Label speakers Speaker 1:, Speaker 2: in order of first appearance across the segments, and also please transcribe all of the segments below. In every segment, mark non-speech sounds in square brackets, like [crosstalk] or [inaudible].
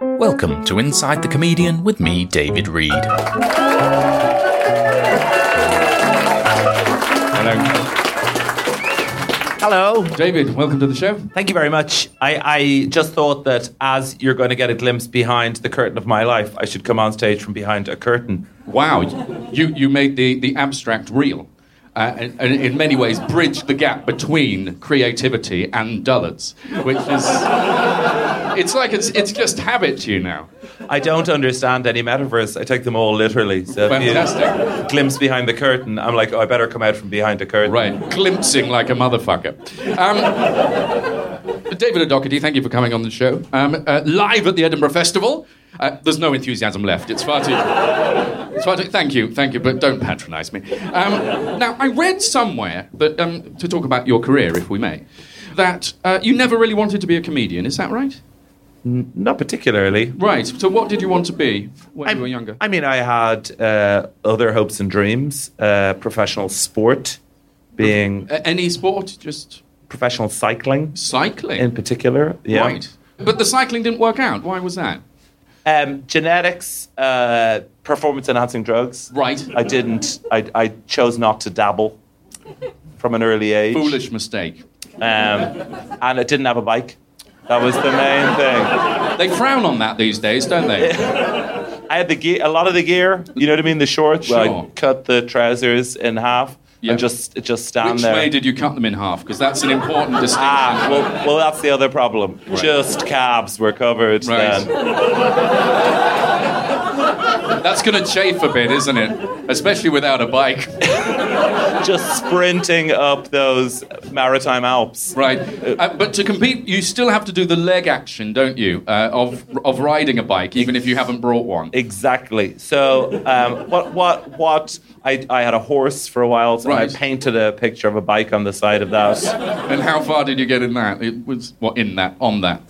Speaker 1: Welcome to Inside the Comedian with me, David Reed.
Speaker 2: Hello.
Speaker 3: David, welcome to the show.
Speaker 2: Thank you very much. I, I just thought that as you're going to get a glimpse behind the curtain of my life, I should come on stage from behind a curtain.
Speaker 3: Wow, you, you made the, the abstract real, uh, and, and in many ways bridged the gap between creativity and dullards, which is. It's like it's, it's just habit to you now.
Speaker 2: I don't understand any metaphors. I take them all literally. So if you-
Speaker 3: Fantastic.
Speaker 2: glimpse behind the curtain. I'm like, oh, I better come out from behind a curtain.
Speaker 3: Right, glimpsing like a motherfucker. Um, David O'Doherty, thank you for coming on the show. Um, uh, live at the Edinburgh Festival. Uh, there's no enthusiasm left. It's far too. It's far too. Thank you, thank you, but don't patronise me. Um, now, I read somewhere that um, to talk about your career, if we may, that uh, you never really wanted to be a comedian. Is that right?
Speaker 2: Not particularly.
Speaker 3: Right. So, what did you want to be when you were younger?
Speaker 2: I mean, I had uh, other hopes and dreams. Uh, professional sport, being
Speaker 3: A- any sport, just
Speaker 2: professional cycling
Speaker 3: cycling.
Speaker 2: in particular. Yeah.
Speaker 3: Right. But the cycling didn't work out. Why was that?
Speaker 2: Um, genetics, uh, performance enhancing drugs.
Speaker 3: Right.
Speaker 2: I didn't. I, I chose not to dabble from an early age.
Speaker 3: Foolish mistake.
Speaker 2: Um, and I didn't have a bike. That was the main thing.
Speaker 3: They frown on that these days,
Speaker 2: [laughs]
Speaker 3: don't they?
Speaker 2: I had the gear, a lot of the gear. You know what I mean? The shorts. where
Speaker 3: Sure.
Speaker 2: I cut the trousers in half
Speaker 3: Yeah.
Speaker 2: and just just stand
Speaker 3: Which
Speaker 2: there.
Speaker 3: way did you cut them in half? Because that's an important distinction.
Speaker 2: Ah, well, well, that's the other problem. Just cabs were covered
Speaker 3: Right.
Speaker 2: then.
Speaker 3: That's going to chafe a bit, isn't it? Especially without a bike. [laughs]
Speaker 2: Just sprinting up those maritime Alps.
Speaker 3: Right. Uh, but to compete, you still have to do the leg action, don't you? Uh, of, of riding a bike, even if you haven't brought one.
Speaker 2: Exactly. So, um, what, what, what? I, I had a horse for a while, so
Speaker 3: Right.
Speaker 2: I painted a picture of a bike on the side of that.
Speaker 3: And how far did you get in that? It was, well, in that, on that.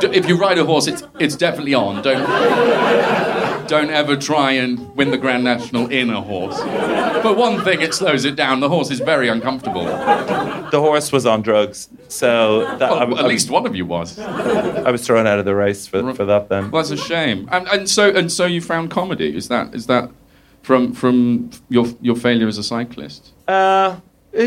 Speaker 3: D- If you ride a horse, it's, it's definitely on. Don't, don't ever try and win the Grand National in a horse. But one thing, it slows it down. The horse is very uncomfortable.
Speaker 2: The horse was on drugs, so that,
Speaker 3: Oh, Well,
Speaker 2: I,
Speaker 3: at
Speaker 2: I-
Speaker 3: least one of you was.
Speaker 2: I was thrown out of the race for, for that then.
Speaker 3: Well, that's a shame. And, and so and so you found comedy. Is that is that from from your your failure as a cyclist?
Speaker 2: Uh,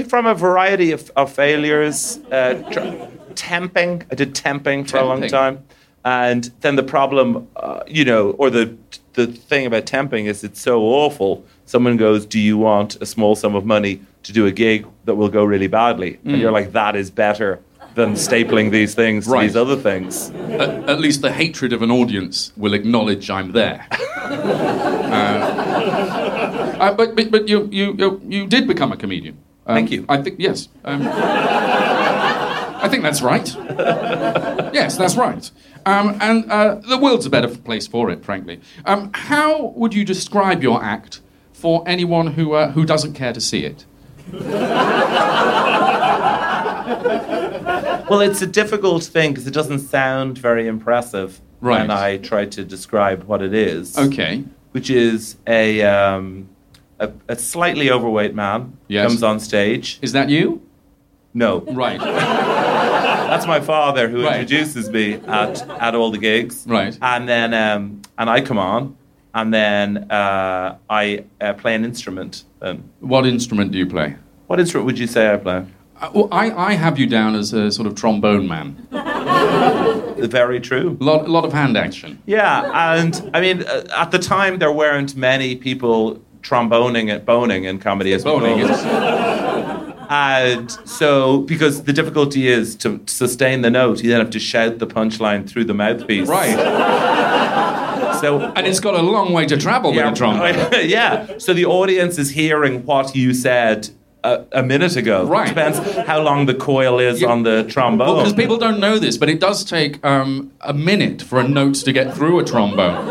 Speaker 2: from a variety of, of failures, uh, tr- temping. I did temping for a long
Speaker 3: Temping.
Speaker 2: time, and then the problem, uh, you know, or the the thing about temping is it's so awful. Someone goes, "Do you want a small sum of money to do a gig that will go really badly?"
Speaker 3: Mm.
Speaker 2: And you're like, "That is better than stapling these things
Speaker 3: Right.
Speaker 2: to these other things."
Speaker 3: At, at least the hatred of an audience will acknowledge I'm there. [laughs] Uh, uh, but but, but you, you you you did become a comedian. Um,
Speaker 2: Thank you.
Speaker 3: I think yes. Um, I think that's right. yes, that's right. Um, and uh, the world's a better place for it, frankly. Um, how would you describe your act for anyone who uh, who doesn't care to see it?
Speaker 2: Well, it's a difficult thing because it doesn't sound very impressive
Speaker 3: Right.
Speaker 2: when I try to describe what it is.
Speaker 3: Okay.
Speaker 2: which is a um, a, a slightly overweight man
Speaker 3: Yes.
Speaker 2: comes on stage.
Speaker 3: Is that you?
Speaker 2: No,
Speaker 3: Right.
Speaker 2: that's my father who
Speaker 3: Right.
Speaker 2: introduces me at at all the gigs.
Speaker 3: Right.
Speaker 2: and then um, and I come on, and then uh, I uh, play an instrument. Um,
Speaker 3: What instrument do you play?
Speaker 2: What instrument would you say I play?
Speaker 3: Uh, well, I, I have you down as a sort of trombone man. A
Speaker 2: Very true.
Speaker 3: lot, lot of hand action.
Speaker 2: Yeah, and I mean, uh, at the time there weren't many people tromboning and boning in comedy as we call
Speaker 3: Boning
Speaker 2: it.
Speaker 3: is.
Speaker 2: And so, because the difficulty is to sustain the note, you then have to shout the punchline through the mouthpiece.
Speaker 3: Right.
Speaker 2: So,
Speaker 3: And it's got a long way to travel with a trombone.
Speaker 2: [laughs] yeah. So the audience is hearing what you said a, a minute ago.
Speaker 3: Right.
Speaker 2: Depends how long the coil is
Speaker 3: Yeah.
Speaker 2: on the trombone.
Speaker 3: Because people don't know this, but it does take um, a minute for a note to get through a trombone,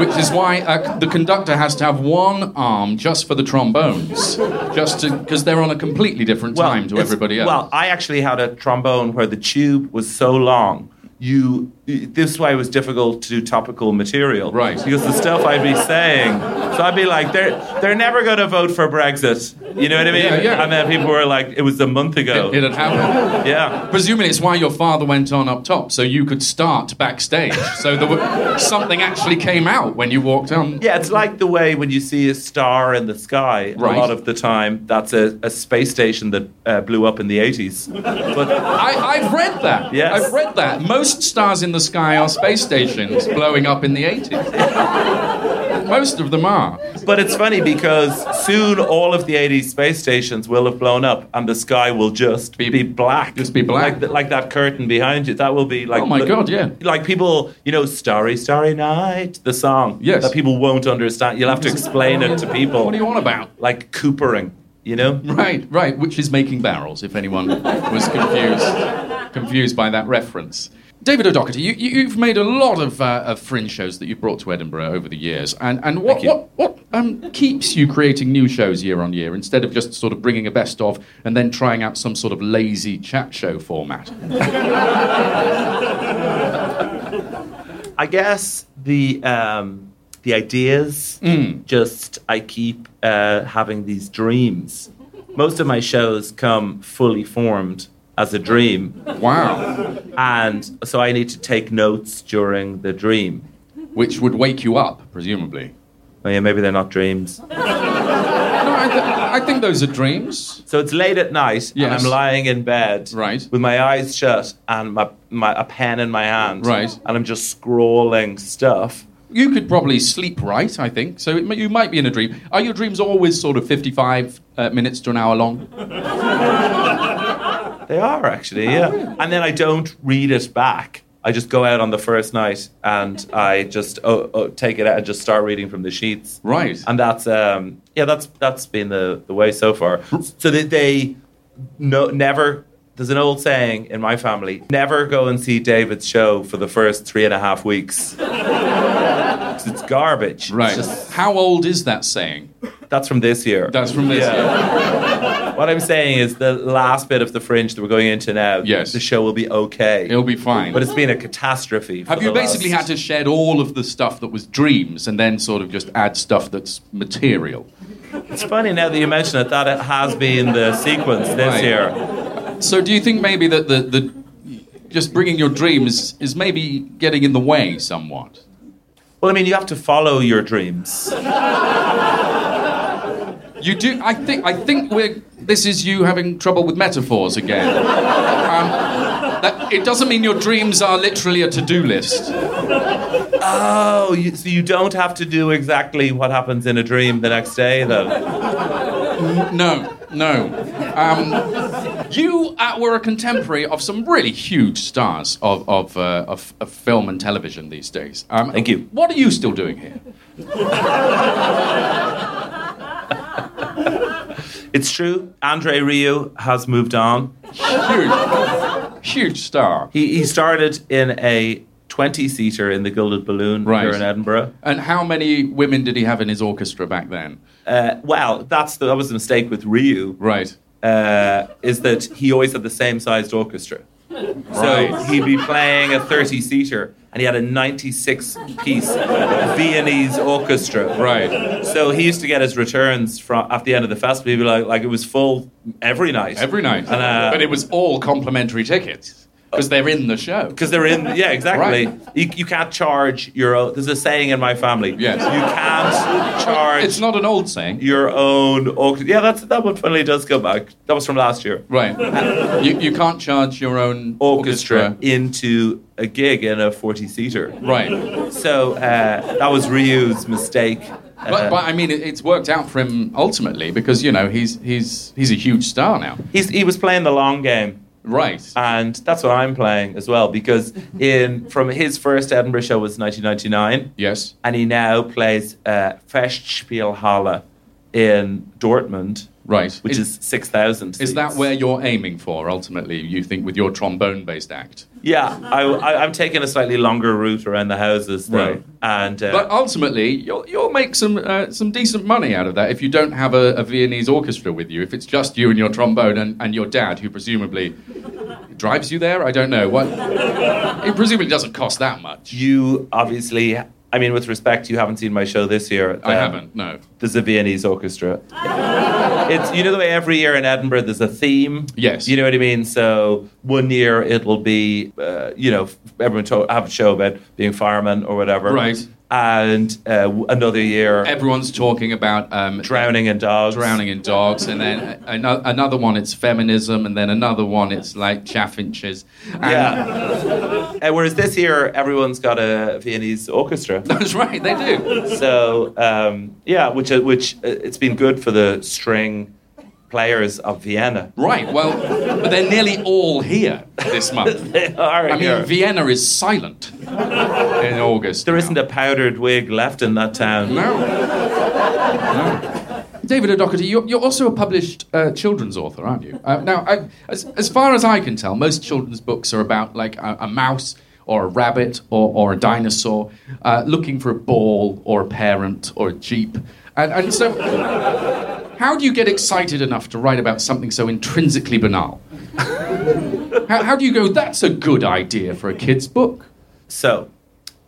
Speaker 3: which is why uh, the conductor has to have one arm just for the trombones, just because they're on a completely different
Speaker 2: Well,
Speaker 3: time to
Speaker 2: it's-
Speaker 3: everybody else.
Speaker 2: Well, I actually had a trombone where the tube was so long. You, this is why it was difficult to do topical material,
Speaker 3: Right.
Speaker 2: Because the stuff I'd be saying, so I'd be like, they're they're never going to vote for Brexit, you know what I mean?
Speaker 3: Yeah, yeah.
Speaker 2: And then people were like, it was a month ago,
Speaker 3: it had happened.
Speaker 2: yeah.
Speaker 3: Presumably, it's why your father went on up top, so you could start backstage. So there were, something actually came out when you walked on.
Speaker 2: Yeah, it's like the way when you see a star in the sky,
Speaker 3: Right.
Speaker 2: a lot of the time, that's a, a space station that uh, blew up in the 80s. But
Speaker 3: I, I've read that.
Speaker 2: Yes.
Speaker 3: I've read that. Most stars in the sky are space stations blowing up in the 80s. Most of them are.
Speaker 2: But it's funny because soon all of the 80s space stations will have blown up and the sky will just
Speaker 3: Be-
Speaker 2: be, black.
Speaker 3: just be black.
Speaker 2: Like, th- like that curtain behind you. That will be like.
Speaker 3: Oh my
Speaker 2: the-
Speaker 3: God, yeah.
Speaker 2: Like people, you know, Starry, Starry Night, the song.
Speaker 3: Yes.
Speaker 2: That people won't understand. You'll have to explain it to people.
Speaker 3: What are you on about?
Speaker 2: Like Coopering, you know?
Speaker 3: Right, right, which is making barrels, if anyone was confused confused by that reference. David O'Doherty, you, you, you've made a lot of, uh, of fringe shows that you've brought to Edinburgh over the years. And, and what,
Speaker 2: you.
Speaker 3: what, what um, keeps you creating new shows year on year instead of just sort of bringing a best of and then trying out some sort of lazy chat show format?
Speaker 2: I guess the um, the ideas
Speaker 3: Hmm.
Speaker 2: just I keep uh, having these dreams. Most of my shows come fully formed as a dream,
Speaker 3: Wow.
Speaker 2: and so I need to take notes during the dream.
Speaker 3: Which would wake you up, presumably.
Speaker 2: Oh yeah, maybe they're not dreams.
Speaker 3: No, I, th- I think those are dreams.
Speaker 2: So it's late at night, and
Speaker 3: Yes.
Speaker 2: I'm lying in bed,
Speaker 3: Right.
Speaker 2: with my eyes shut and my, my a pen in my hand,
Speaker 3: Right.
Speaker 2: and I'm just scrawling stuff.
Speaker 3: You could probably sleep right, I think. So it, you might be in a dream. Are your dreams always sort of 55 uh, minutes to an hour long?
Speaker 2: They are actually,
Speaker 3: Oh,
Speaker 2: yeah. And then I don't read it back. I just go out on the first night and I just oh, oh, take it out and just start reading from the sheets.
Speaker 3: Right.
Speaker 2: And that's um, yeah, that's that's been the, the way so far. So that they no never. There's an old saying in my family: never go and see David's show for the first three and a half
Speaker 3: [laughs]
Speaker 2: weeks. 'Cause it's garbage.
Speaker 3: Right.
Speaker 2: It's just-
Speaker 3: How old is that saying?
Speaker 2: that's from this year.
Speaker 3: That's from this.
Speaker 2: what I'm saying is the last bit of the fringe that we're going into now.
Speaker 3: Yes.
Speaker 2: The show will be okay.
Speaker 3: It'll be fine.
Speaker 2: But it's been a catastrophe. for
Speaker 3: Have you
Speaker 2: the
Speaker 3: basically
Speaker 2: last-
Speaker 3: had to shed all of the stuff that was dreams and then sort of just add stuff that's material?
Speaker 2: It's funny now that you mention it that it has been the sequence this
Speaker 3: Right.
Speaker 2: year.
Speaker 3: So do you think maybe that the, the just bringing your dreams is maybe getting in the way somewhat?
Speaker 2: Well, I mean, you have to follow your dreams.
Speaker 3: You do. I think. I think we're. This is you having trouble with metaphors again. Um, that, it doesn't mean your dreams are literally a to-do list.
Speaker 2: Oh, you, so you don't have to do exactly what happens in a dream the next day, then.
Speaker 3: No, no. Um, you uh, were a contemporary of some really huge stars of of, uh, of, of film and television these days. Um,
Speaker 2: Thank you.
Speaker 3: What are you still doing here?
Speaker 2: It's true. Andre Rieu has moved on.
Speaker 3: Huge, huge star.
Speaker 2: He, he started in a 20 seater in the Gilded Balloon
Speaker 3: Right.
Speaker 2: here in Edinburgh.
Speaker 3: And how many women did he have in his orchestra back then?
Speaker 2: Uh, well, that's the, that was the mistake with Rieu.
Speaker 3: Right.
Speaker 2: uh, is that he always had the same sized orchestra. So
Speaker 3: Right.
Speaker 2: he'd be playing a 30 seater and he had a 96 piece Viennese orchestra.
Speaker 3: Right.
Speaker 2: So he used to get his returns from at the end of the festival. He'd be like, like it was full every night.
Speaker 3: Every night.
Speaker 2: And, uh,
Speaker 3: but it was all complimentary tickets. because they're in the show.
Speaker 2: Because they're in, yeah, exactly.
Speaker 3: Right.
Speaker 2: You, you can't charge your own. There's a saying in my family.
Speaker 3: Yes.
Speaker 2: You can't charge
Speaker 3: It's not an old saying.
Speaker 2: your own. Orc- yeah, that's that one. Finally, does go back. That was from last year.
Speaker 3: Right. You, you can't charge your own
Speaker 2: Orchestra
Speaker 3: orchestra.
Speaker 2: into a gig in a forty-seater.
Speaker 3: Right.
Speaker 2: So uh, that was Ryu's mistake. Uh,
Speaker 3: But, but I mean, it, it's worked out for him ultimately because, you know, he's, he's, he's a huge star now.
Speaker 2: he's, he was playing the long game.
Speaker 3: Right.
Speaker 2: and that's what I'm playing as well because in from his first Edinburgh show was 1999,
Speaker 3: yes.
Speaker 2: and he now plays uh, Festspielhalle in Dortmund,
Speaker 3: Right.
Speaker 2: which is, six thousand.
Speaker 3: Is that where you're aiming for ultimately, you think, with your trombone based act?
Speaker 2: Yeah, I, I, I'm taking a slightly longer route around the houses, though,
Speaker 3: Right.
Speaker 2: and uh,
Speaker 3: But ultimately, you'll, you'll make some, uh, some decent money out of that if you don't have a, a Viennese orchestra with you. If it's just you and your trombone and, and your dad, who presumably drives you there, I don't know. What, it presumably doesn't cost that much.
Speaker 2: you obviously. I mean, with respect, you haven't seen my show this year.
Speaker 3: I
Speaker 2: Um,
Speaker 3: haven't, no.
Speaker 2: There's a Viennese orchestra. it's you know the way every year in Edinburgh there's a theme.
Speaker 3: Yes.
Speaker 2: You know what I mean. So one year it'll be uh, you know everyone to- have a show about being firemen or whatever.
Speaker 3: Right.
Speaker 2: And uh, w- another year
Speaker 3: Everyone's talking about um,
Speaker 2: drowning in dogs.
Speaker 3: drowning in dogs, and then a- ano- another one it's feminism, and then another one it's like chaffinches. And
Speaker 2: Yeah. Uh, whereas this year everyone's got a Viennese orchestra.
Speaker 3: [laughs] [laughs] That's right, they do.
Speaker 2: so um, yeah, which uh, which uh, it's been good for the string players of Vienna.
Speaker 3: Right, well, but they're nearly all here this
Speaker 2: [laughs]
Speaker 3: month.
Speaker 2: They are
Speaker 3: I mean,
Speaker 2: here.
Speaker 3: Vienna is silent in August.
Speaker 2: There
Speaker 3: now.
Speaker 2: isn't a powdered wig left in that town.
Speaker 3: No. no. David O'Doherty, you're, you're also a published uh, children's author, aren't you? Uh, now, I, as, as far as I can tell, most children's books are about like a, a mouse or a rabbit or, or a dinosaur uh, looking for a ball or a parent or a jeep. And, and so, how do you get excited enough to write about something so intrinsically banal? how, how do you go, that's a good idea for a kid's book?
Speaker 2: So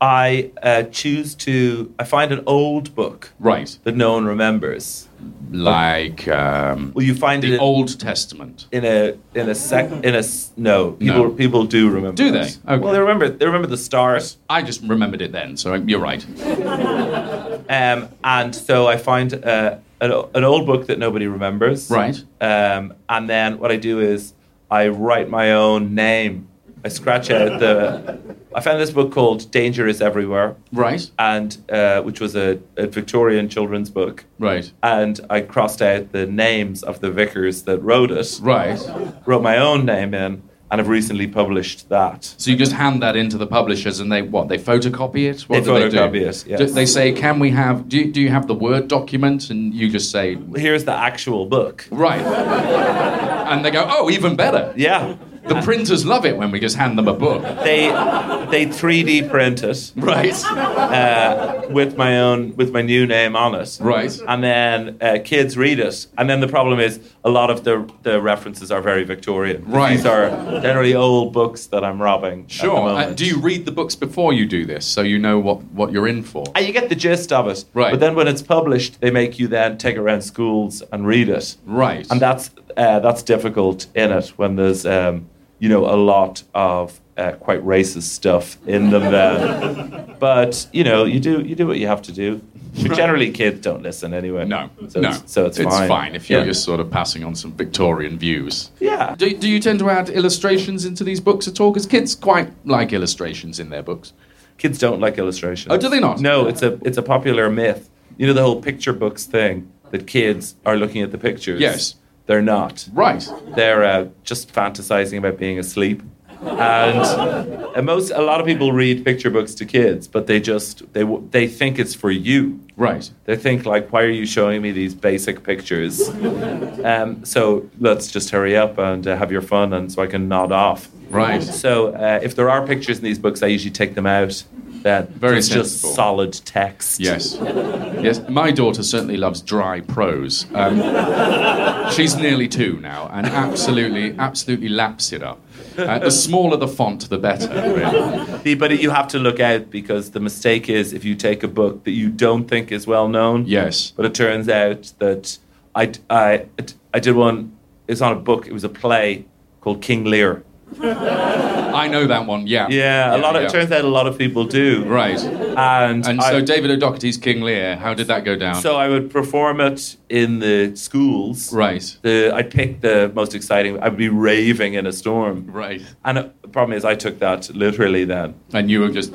Speaker 2: I uh, choose to, I find an old book
Speaker 3: Right.
Speaker 2: that no one remembers.
Speaker 3: Like um,
Speaker 2: Well, you find it
Speaker 3: the
Speaker 2: in,
Speaker 3: Old Testament.
Speaker 2: in a, in a sec, in a, s- no, people,
Speaker 3: No.
Speaker 2: people do remember.
Speaker 3: Do they?
Speaker 2: it.
Speaker 3: Okay.
Speaker 2: Well, they remember, they remember the stars.
Speaker 3: I just remembered it then, so you're right.
Speaker 2: Um, and so I find uh, an, o- an old book that nobody remembers.
Speaker 3: Right.
Speaker 2: Um, and then what I do is I write my own name. I scratch out the, I found this book called Danger is Everywhere.
Speaker 3: Right.
Speaker 2: and uh, which was a, a Victorian children's book.
Speaker 3: Right.
Speaker 2: And I crossed out the names of the vicars that wrote it,
Speaker 3: Right.
Speaker 2: wrote my own name in, and have recently published that.
Speaker 3: So you just hand that in to the publishers, and they what? They photocopy it. What
Speaker 2: They
Speaker 3: do they do?
Speaker 2: photocopy it, yes.
Speaker 3: Do they say, "Can we have? Do you, do you have the word document?" And you just say,
Speaker 2: Here's the actual book.
Speaker 3: "Right." and they go, "Oh, even better."
Speaker 2: Yeah.
Speaker 3: The printers love it when we just hand them a book.
Speaker 2: [laughs] They, they 3D print it
Speaker 3: Right.
Speaker 2: with my own, with my new name on it.
Speaker 3: Right.
Speaker 2: And then uh, kids read it. And then the problem is a lot of the, the references are very Victorian.
Speaker 3: Right.
Speaker 2: These are generally old books that I'm robbing. at the
Speaker 3: Sure. Uh,
Speaker 2: moment.
Speaker 3: do you read the books before you do this, so you know what, what you're in for?
Speaker 2: Uh, you get the gist of it.
Speaker 3: Right.
Speaker 2: But then when it's published, they make you then take it around schools and read it.
Speaker 3: Right.
Speaker 2: And that's uh, that's difficult in it when there's um, you know a lot of uh, quite racist stuff in
Speaker 3: [laughs]
Speaker 2: them then. but you know you do you do what you have to do. But generally, kids don't listen anyway.
Speaker 3: no.
Speaker 2: So
Speaker 3: no.
Speaker 2: It's, so it's, fine.
Speaker 3: if you're
Speaker 2: yeah.
Speaker 3: just sort of passing on some Victorian views.
Speaker 2: yeah.
Speaker 3: Do, do you tend to add illustrations into these books at all? Because kids quite like illustrations in their books.
Speaker 2: Kids don't like illustrations.
Speaker 3: Oh, do they not?
Speaker 2: No, it's a it's a popular myth. You know the whole picture books thing that kids are looking at the pictures.
Speaker 3: Yes.
Speaker 2: They're not.
Speaker 3: Right.
Speaker 2: they're uh, just fantasizing about being asleep and, and most a lot of people read picture books to kids but they just they w- they think it's for you
Speaker 3: Right.
Speaker 2: they think like why are you showing me these basic pictures um, so let's just hurry up and uh, have your fun and so i can nod off
Speaker 3: Right.
Speaker 2: so uh, if there are pictures in these books i usually take them out then
Speaker 3: Very
Speaker 2: it's just
Speaker 3: sensible.
Speaker 2: solid text
Speaker 3: [laughs] Yes. Yes. My daughter certainly loves dry prose. Um, she's nearly two now and absolutely, absolutely laps it up. Uh, the smaller the font, the better. really.
Speaker 2: The- but you have to look out because the mistake is if you take a book that you don't think is well known
Speaker 3: Yes.
Speaker 2: But it turns out that I, I, I did one, it's not a book, it was a play called King Lear.
Speaker 3: I know that one. Yeah.
Speaker 2: Yeah, a lot of, it turns out a lot of people do.
Speaker 3: Right.
Speaker 2: And,
Speaker 3: And
Speaker 2: I,
Speaker 3: so David O'Doherty's King Lear. How did that go down?
Speaker 2: so I would perform it in the schools.
Speaker 3: right.
Speaker 2: The, I'd pick the most exciting, I'd be raving in a storm.
Speaker 3: Right.
Speaker 2: And uh, the problem is, I took that literally then.
Speaker 3: And you were just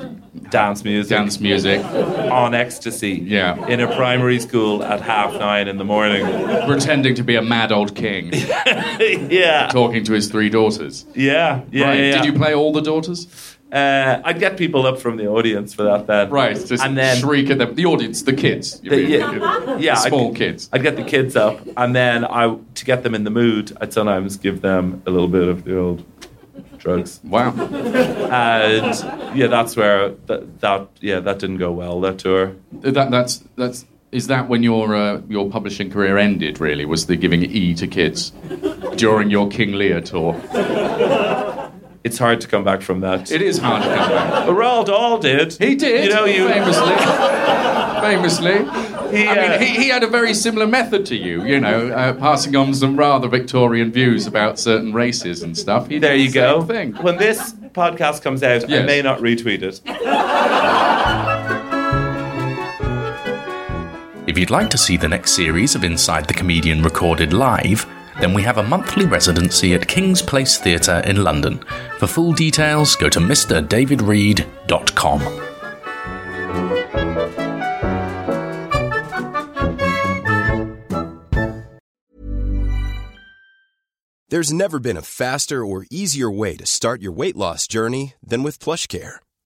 Speaker 2: Dance music.
Speaker 3: dance music,
Speaker 2: on ecstasy.
Speaker 3: Yeah.
Speaker 2: In a primary school at half nine in the morning. [laughs]
Speaker 3: pretending to be a mad old king,
Speaker 2: yeah.
Speaker 3: talking to his three daughters.
Speaker 2: Yeah. Yeah.
Speaker 3: right.
Speaker 2: yeah, yeah.
Speaker 3: Did you play all the daughters?
Speaker 2: Uh, I'd get people up from the audience for that then.
Speaker 3: Right. Just
Speaker 2: and then
Speaker 3: shriek at them. The audience, the kids. you
Speaker 2: The-
Speaker 3: mean.
Speaker 2: yeah, yeah, I-
Speaker 3: Small kids.
Speaker 2: I'd get the kids up, and then I to get them in the mood, I'd sometimes give them a little bit of the old drugs,
Speaker 3: Wow.
Speaker 2: and yeah, that's where that, that yeah that didn't go well that tour.
Speaker 3: That, that's that's. Is that when your uh, your publishing career ended? Really, was the giving E to kids during your King Lear tour?
Speaker 2: It's hard to come back from that.
Speaker 3: It is hard to come back.
Speaker 2: Roald Dahl did.
Speaker 3: He did.
Speaker 2: You know you.
Speaker 3: famously. famously.
Speaker 2: He,
Speaker 3: I
Speaker 2: uh,
Speaker 3: mean, he, he had a very similar method to you, you know, uh, passing on some rather Victorian views about certain races and stuff. He did
Speaker 2: there
Speaker 3: the
Speaker 2: you
Speaker 3: same
Speaker 2: go.
Speaker 3: Thing.
Speaker 2: When this podcast comes out, I
Speaker 3: Yes.
Speaker 2: may not retweet it.
Speaker 1: If you'd like to see the next series of Inside the Comedian recorded live, then we have a monthly residency at King's Place Theatre in London. For full details, go to mrdavidreed.com.
Speaker 4: There's never been a faster or easier way to start your weight loss journey than with PlushCare.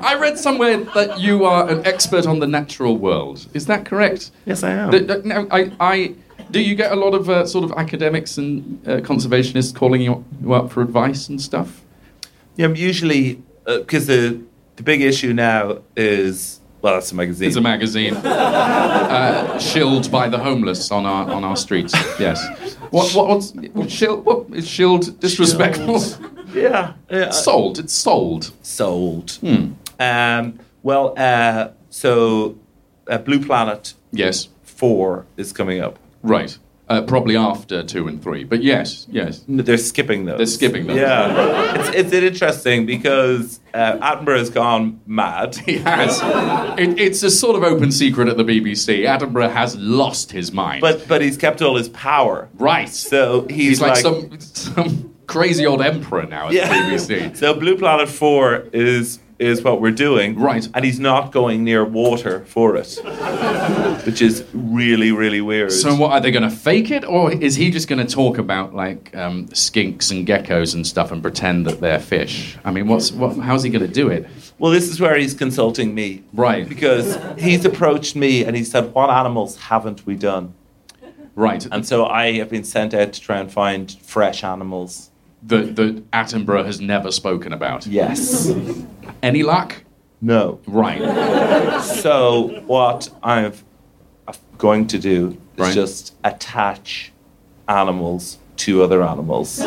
Speaker 3: I read somewhere that you are an expert on the natural world. Is that correct?
Speaker 2: Yes, I am.
Speaker 3: Th- th- now, I, I, do you get a lot of uh, sort of academics and uh, conservationists calling you, you up for advice and stuff?
Speaker 2: Yeah, I'm usually because the the big issue now is well, that's a magazine.
Speaker 3: It's a magazine uh, shilled by the homeless on our on our streets. Yes. What what what's what, shill, what is shilled disrespectful?
Speaker 2: yeah, yeah,
Speaker 3: [laughs] sold. It's sold.
Speaker 2: sold.
Speaker 3: Hmm.
Speaker 2: Um, well, uh, so uh, Blue Planet
Speaker 3: Yes.
Speaker 2: Four is coming up.
Speaker 3: Right. Uh, probably after two and three. But yes, yes.
Speaker 2: They're skipping those.
Speaker 3: They're skipping those.
Speaker 2: Yeah, it's, it's interesting because uh, Attenborough has gone mad. [laughs]
Speaker 3: He has. It, it's a sort of open secret at the BBC. Attenborough has lost his mind.
Speaker 2: But but he's kept all his power.
Speaker 3: right.
Speaker 2: So he's,
Speaker 3: he's like, some some crazy old emperor now at
Speaker 2: Yeah.
Speaker 3: the [laughs] BBC.
Speaker 2: So Blue Planet Four is is what we're doing,
Speaker 3: Right.
Speaker 2: And he's not going near water for it, which is really really weird.
Speaker 3: So what are they going to fake it, or is he just going to talk about like um, skinks and geckos and stuff and pretend that they're fish? I mean, what's what, how's he going to do it?
Speaker 2: well, this is where he's consulting me,
Speaker 3: Right.
Speaker 2: Because he's approached me and he said, "What animals haven't we done?"
Speaker 3: Right,
Speaker 2: And so I have been sent out to try and find fresh animals.
Speaker 3: that that Attenborough has never spoken about.
Speaker 2: Yes.
Speaker 3: Any luck?
Speaker 2: [laughs] No.
Speaker 3: Right,
Speaker 2: So what I'm going to do is
Speaker 3: Right.
Speaker 2: just attach animals two other
Speaker 3: [laughs]
Speaker 2: animals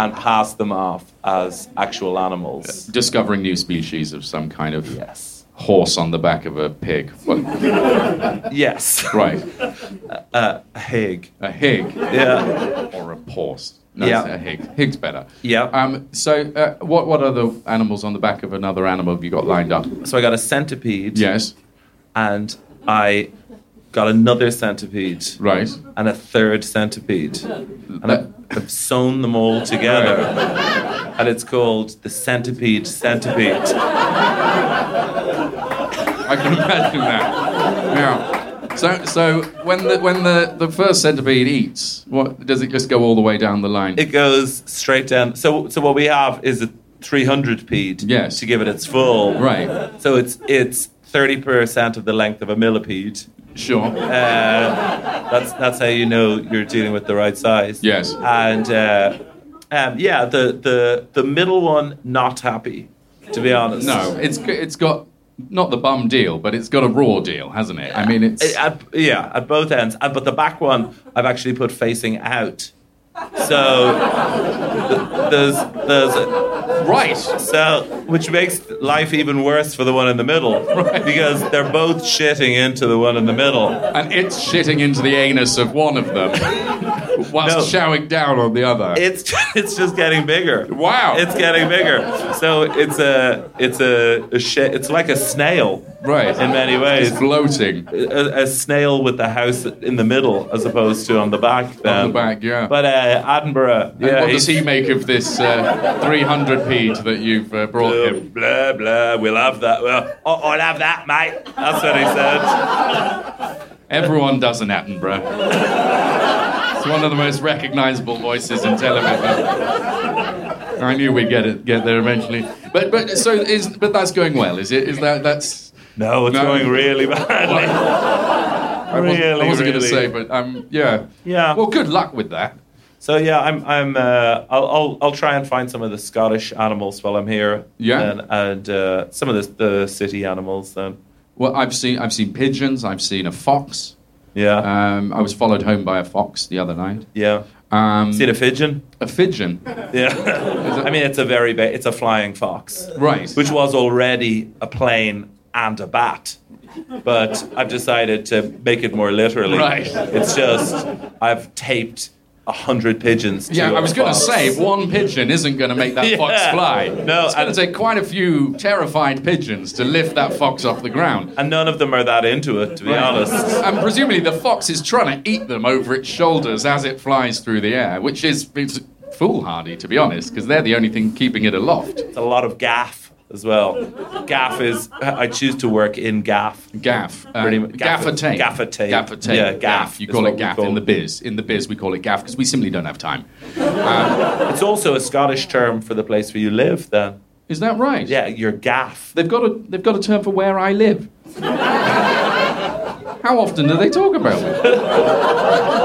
Speaker 2: and pass them off as actual animals.
Speaker 3: Discovering new species of some kind of
Speaker 2: Yes.
Speaker 3: horse on the back of a pig. Well,
Speaker 2: Yes.
Speaker 3: right.
Speaker 2: A Hig.
Speaker 3: A hig.
Speaker 2: Yeah.
Speaker 3: Or a horse. No,
Speaker 2: Yeah.
Speaker 3: it's a hig. Hig's better.
Speaker 2: Yeah.
Speaker 3: Um, so, uh, what, what other animals on the back of another animal have you got lined up?
Speaker 2: So I got a centipede.
Speaker 3: Yes.
Speaker 2: And I got another centipede.
Speaker 3: Right.
Speaker 2: And a third centipede. And I- I've sewn them all together. And it's called the centipede centipede.
Speaker 3: I can imagine that. Yeah. So, so when the when the, the first centipede eats, what does it just go all the way down the line?
Speaker 2: It goes straight down. So, so what we have is a 300 pede
Speaker 3: Yes.
Speaker 2: to give it its full.
Speaker 3: right.
Speaker 2: So it's it's 30% of the length of a millipede.
Speaker 3: Sure.
Speaker 2: That's that's how you know you're dealing with the right size.
Speaker 3: Yes.
Speaker 2: And uh, um, yeah, the, the the middle one not happy, to be honest.
Speaker 3: no, it's g- it's got not the bum deal, but it's got a raw deal, hasn't it? I mean, it's
Speaker 2: It- at- yeah, at both ends. Uh, but the back one, I've actually put facing out. So th- there's there's
Speaker 3: right.
Speaker 2: so which makes life even worse for the one in the middle because they're both shitting into the one in the middle.
Speaker 3: And it's shitting into the anus of one of
Speaker 2: [laughs]
Speaker 3: them, whilst
Speaker 2: No.
Speaker 3: showering down on the other.
Speaker 2: It's [laughs] it's just getting bigger.
Speaker 3: Wow.
Speaker 2: It's getting bigger. So it's a it's a, a shi- It's like a snail
Speaker 3: right.
Speaker 2: in many ways.
Speaker 3: it's floating.
Speaker 2: a, a snail with the house in the middle as opposed to on the back. Then.
Speaker 3: the back, yeah.
Speaker 2: But uh, Attenborough, yeah.
Speaker 3: And what
Speaker 2: he-
Speaker 3: does he make of this uh, 300 pede that you've uh, brought
Speaker 2: Uh,
Speaker 3: him?
Speaker 2: blah blah. We'll have that. Well, I- I'll have that, mate. That's what he said.
Speaker 3: Everyone does an Attenborough. it's one of the most recognisable voices in television. I knew we'd get it, get there eventually. But but so is but that's going well, is it? Is that that's
Speaker 2: No, it's
Speaker 3: No.
Speaker 2: going really [laughs] badly.
Speaker 3: I wasn't, I
Speaker 2: Really,
Speaker 3: wasn't
Speaker 2: really.
Speaker 3: going to say, but um yeah
Speaker 2: Yeah.
Speaker 3: Well, good luck with that.
Speaker 2: So yeah, I'm I'm uh, I'll, I'll I'll try and find some of the Scottish animals while I'm here.
Speaker 3: Yeah.
Speaker 2: And, and uh, some of the the city animals then.
Speaker 3: Well, I've seen I've seen pigeons. I've seen a fox.
Speaker 2: Yeah.
Speaker 3: Um, I was followed home by a fox the other night.
Speaker 2: yeah.
Speaker 3: Um,
Speaker 2: Seen a pigeon?
Speaker 3: a pigeon,
Speaker 2: Yeah. I mean, it's a very big. It's a flying fox.
Speaker 3: right?
Speaker 2: which was already a plane and a bat. But I've decided to make it more literally.
Speaker 3: Right.
Speaker 2: It's just I've taped a hundred pigeons. To
Speaker 3: Yeah, I was
Speaker 2: going to
Speaker 3: say one pigeon isn't going to make that fox
Speaker 2: [laughs] Yeah.
Speaker 3: fly.
Speaker 2: No,
Speaker 3: it's going to
Speaker 2: and-
Speaker 3: take quite a few terrified pigeons to lift that fox off the ground.
Speaker 2: and none of them are that into it, to be honest.
Speaker 3: And presumably the fox is trying to eat them over its shoulders as it flies through the air, which is it's foolhardy to be honest, because they're the only thing keeping it aloft.
Speaker 2: It's a lot of gaff as well. Gaff is I choose to work in gaff.
Speaker 3: Gaff, uh,
Speaker 2: Pretty mu-
Speaker 3: gaffer,
Speaker 2: gaffer-
Speaker 3: tape,
Speaker 2: gaffer tape.
Speaker 3: gaffer tape.
Speaker 2: Yeah, gaff
Speaker 3: You
Speaker 2: is
Speaker 3: call
Speaker 2: what
Speaker 3: it
Speaker 2: we
Speaker 3: gaff
Speaker 2: call
Speaker 3: in
Speaker 2: it.
Speaker 3: the biz. In the biz, we call it gaff because we simply don't have time.
Speaker 2: It's also a Scottish term for the place where you live. Then
Speaker 3: Is that right?
Speaker 2: yeah, your gaff.
Speaker 3: They've got a they've got a term for where I live. How often do they talk about it?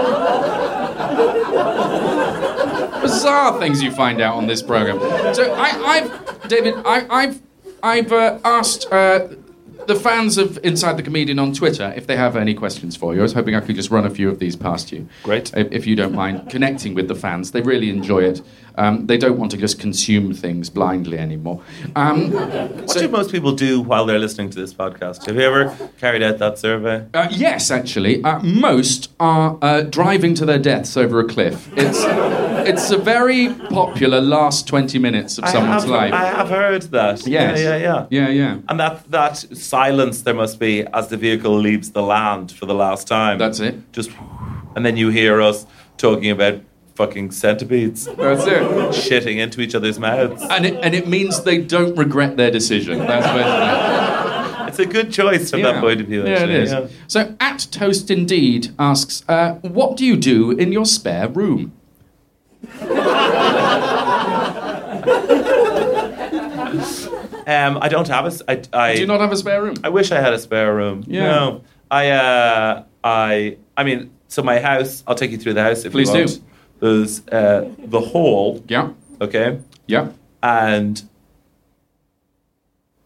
Speaker 3: Bizarre things you find out on this program. So I, I've David, I, I've I've uh, asked. Uh, the fans of Inside the Comedian on Twitter, if they have any questions for you, I was hoping I could just run a few of these past you.
Speaker 2: Great.
Speaker 3: If, if you don't mind connecting with the fans, they really enjoy it. Um, they don't want to just consume things blindly anymore. Um,
Speaker 2: What do most people do while they're listening to this podcast? Have you ever carried out that survey?
Speaker 3: Uh, yes, actually, uh, most are uh, driving to their deaths over a cliff. It's it's a very popular last twenty minutes of someone's
Speaker 2: have,
Speaker 3: life.
Speaker 2: I have heard that.
Speaker 3: yes.
Speaker 2: Yeah, yeah, yeah.
Speaker 3: yeah, yeah.
Speaker 2: And that, that silence there must be as the vehicle leaves the land for the last time.
Speaker 3: That's it.
Speaker 2: Just, and then you hear us talking about fucking
Speaker 3: [laughs]
Speaker 2: centipedes
Speaker 3: That's it.
Speaker 2: shitting into each other's mouths.
Speaker 3: And it and it means they don't regret their decision. That's basically.
Speaker 2: It's a good choice from that point of view.
Speaker 3: yeah, it
Speaker 2: actually,
Speaker 3: is. So at Toast Indeed asks, uh, what do you do in your spare room?
Speaker 2: yeah. Um, I don't have a. s- I, I-
Speaker 3: Do you not have a spare room?
Speaker 2: I wish I had a spare room.
Speaker 3: Yeah.
Speaker 2: No. I uh I I mean so my house I'll take you through the house if
Speaker 3: Please
Speaker 2: you
Speaker 3: do.
Speaker 2: want. There's uh the hall.
Speaker 3: Yeah,
Speaker 2: Okay.
Speaker 3: yeah.
Speaker 2: And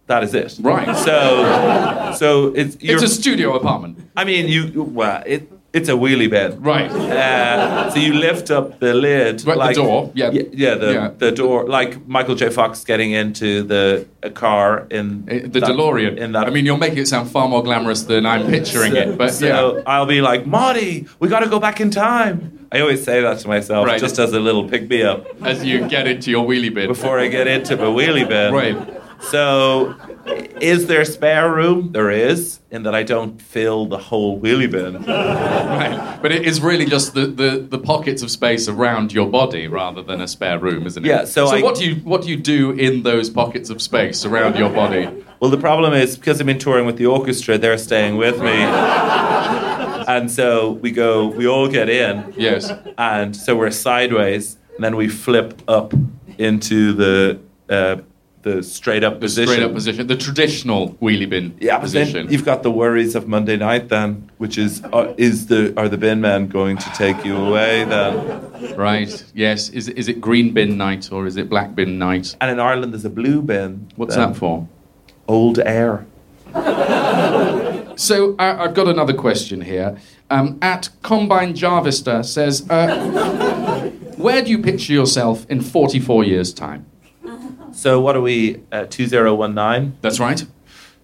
Speaker 2: that is it.
Speaker 3: Right.
Speaker 2: So so it's you're
Speaker 3: It's a studio apartment.
Speaker 2: I mean you well it It's a wheelie bin.
Speaker 3: Right.
Speaker 2: Uh, so you lift up the lid.
Speaker 3: Right, the door, yeah.
Speaker 2: Y- Yeah, the,
Speaker 3: Yeah.
Speaker 2: the door. Like Michael J. Fox getting into the a car in
Speaker 3: Uh, The
Speaker 2: that-
Speaker 3: DeLorean.
Speaker 2: In that,
Speaker 3: I mean, you're making it sound far more glamorous than I'm picturing
Speaker 2: [laughs] so,
Speaker 3: it. But
Speaker 2: so
Speaker 3: yeah.
Speaker 2: I'll be like, Marty, we got to go back in time. I always say that to myself,
Speaker 3: Right.
Speaker 2: just as a little pick me up
Speaker 3: As you get into your wheelie bin.
Speaker 2: before I get into my wheelie bin.
Speaker 3: Right.
Speaker 2: So, is there spare room? There is, in that I don't fill the whole wheelie bin.
Speaker 3: Right. But it is really just the, the, the pockets of space around your body rather than a spare room, isn't it?
Speaker 2: Yeah, so I-
Speaker 3: what do you what do you do in those pockets of space around your body?
Speaker 2: Well, the problem is because I've been touring with the orchestra, they're staying with me. And so we go, we all get in,
Speaker 3: Yes.
Speaker 2: and so we're sideways, and then we flip up into the uh, the straight up
Speaker 3: The
Speaker 2: position.
Speaker 3: straight up position. The traditional wheelie bin
Speaker 2: Yeah, but then
Speaker 3: position.
Speaker 2: you've got the worries of Monday night then, which is uh, is the are the bin men going to take you away then?
Speaker 3: Right. Yes. Is is it green bin night or is it black bin night?
Speaker 2: And in Ireland, there's a blue bin.
Speaker 3: What's
Speaker 2: then.
Speaker 3: that for?
Speaker 2: Old air.
Speaker 3: So I I've got another question here. Um, at Combine Jarvister says, uh, [laughs] where do you picture yourself in 44 years' time?
Speaker 2: So what are we at 2019?
Speaker 3: That's right.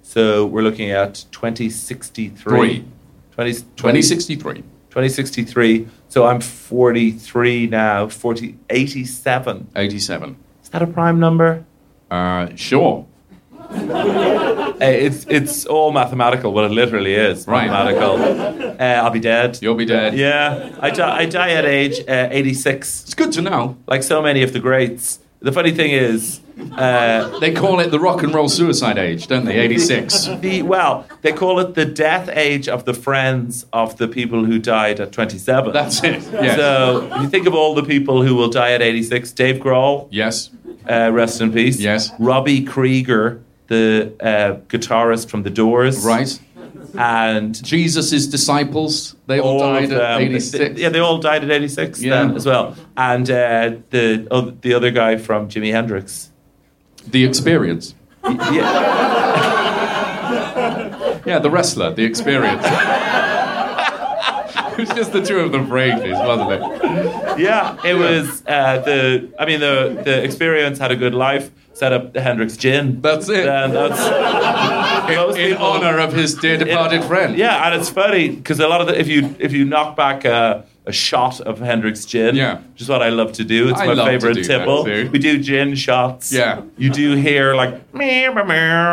Speaker 2: So we're looking at 2063.
Speaker 3: Three.
Speaker 2: 20,
Speaker 3: 2063.
Speaker 2: 2063. So I'm 43 now, 40, 87.
Speaker 3: 87.
Speaker 2: Is that a prime number?
Speaker 3: Uh, sure.
Speaker 2: Uh, it's, it's all mathematical, well, it literally is
Speaker 3: Right.
Speaker 2: mathematical. Uh, I'll be dead.
Speaker 3: You'll be dead.
Speaker 2: Yeah, I, di- I die at age uh, 86,
Speaker 3: It's good to know.
Speaker 2: like so many of the greats. The funny thing is, uh,
Speaker 3: They call it the rock and roll suicide age, don't
Speaker 2: [laughs]
Speaker 3: they? 86.
Speaker 2: the well, they call it the death age of the friends of the people who died at 27.
Speaker 3: That's it. Yes.
Speaker 2: So if you think of all the people who will die at 86, Dave Grohl,
Speaker 3: yes.
Speaker 2: uh, rest in peace.
Speaker 3: Yes.
Speaker 2: Robbie Krieger, the uh, guitarist from The Doors.
Speaker 3: Right.
Speaker 2: And
Speaker 3: Jesus' disciples, they all,
Speaker 2: all
Speaker 3: died
Speaker 2: of
Speaker 3: at
Speaker 2: them.
Speaker 3: 86.
Speaker 2: Yeah, they all died at 86
Speaker 3: Yeah.
Speaker 2: then as well. And uh, the oh, the other guy from Jimi Hendrix.
Speaker 3: the experience.
Speaker 2: Yeah.
Speaker 3: Yeah, the wrestler, the experience. [laughs] it was just the two of them brainless, wasn't it?
Speaker 2: Yeah, it was uh, the. I mean, the the experience had a good life. Set up the Hendrix Gin.
Speaker 3: That's it.
Speaker 2: And that's most
Speaker 3: In
Speaker 2: people-
Speaker 3: honor of his dear departed friend.
Speaker 2: Yeah, and it's funny because a lot of the, if you if you knock back a, a shot of Hendrix Gin,
Speaker 3: Yeah.
Speaker 2: which is what I love to do. It's
Speaker 3: I
Speaker 2: my
Speaker 3: love to
Speaker 2: favorite
Speaker 3: do that
Speaker 2: tipple.
Speaker 3: too.
Speaker 2: We do gin shots.
Speaker 3: Yeah.
Speaker 2: you do hear like meow meow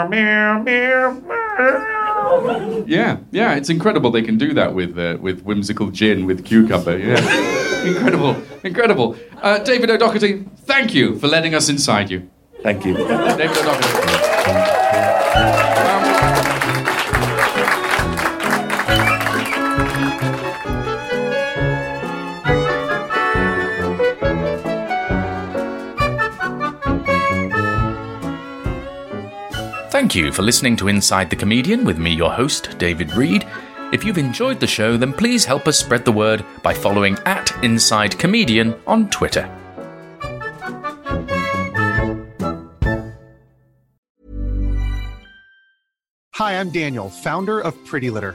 Speaker 2: meow meow meow. meow.
Speaker 3: Yeah, yeah, it's incredible they can do that with uh, with whimsical gin with cucumber. Yeah, incredible, incredible. Uh, David O'Doherty, thank you for letting us inside you.
Speaker 2: Thank you.
Speaker 3: David O'Doherty. Um,
Speaker 1: Thank you for listening to Inside the Comedian with me, your host, David Reed. If you've enjoyed the show, then please help us spread the word by following at Inside Comedian on Twitter.
Speaker 5: Hi, I'm Daniel, founder of Pretty Litter.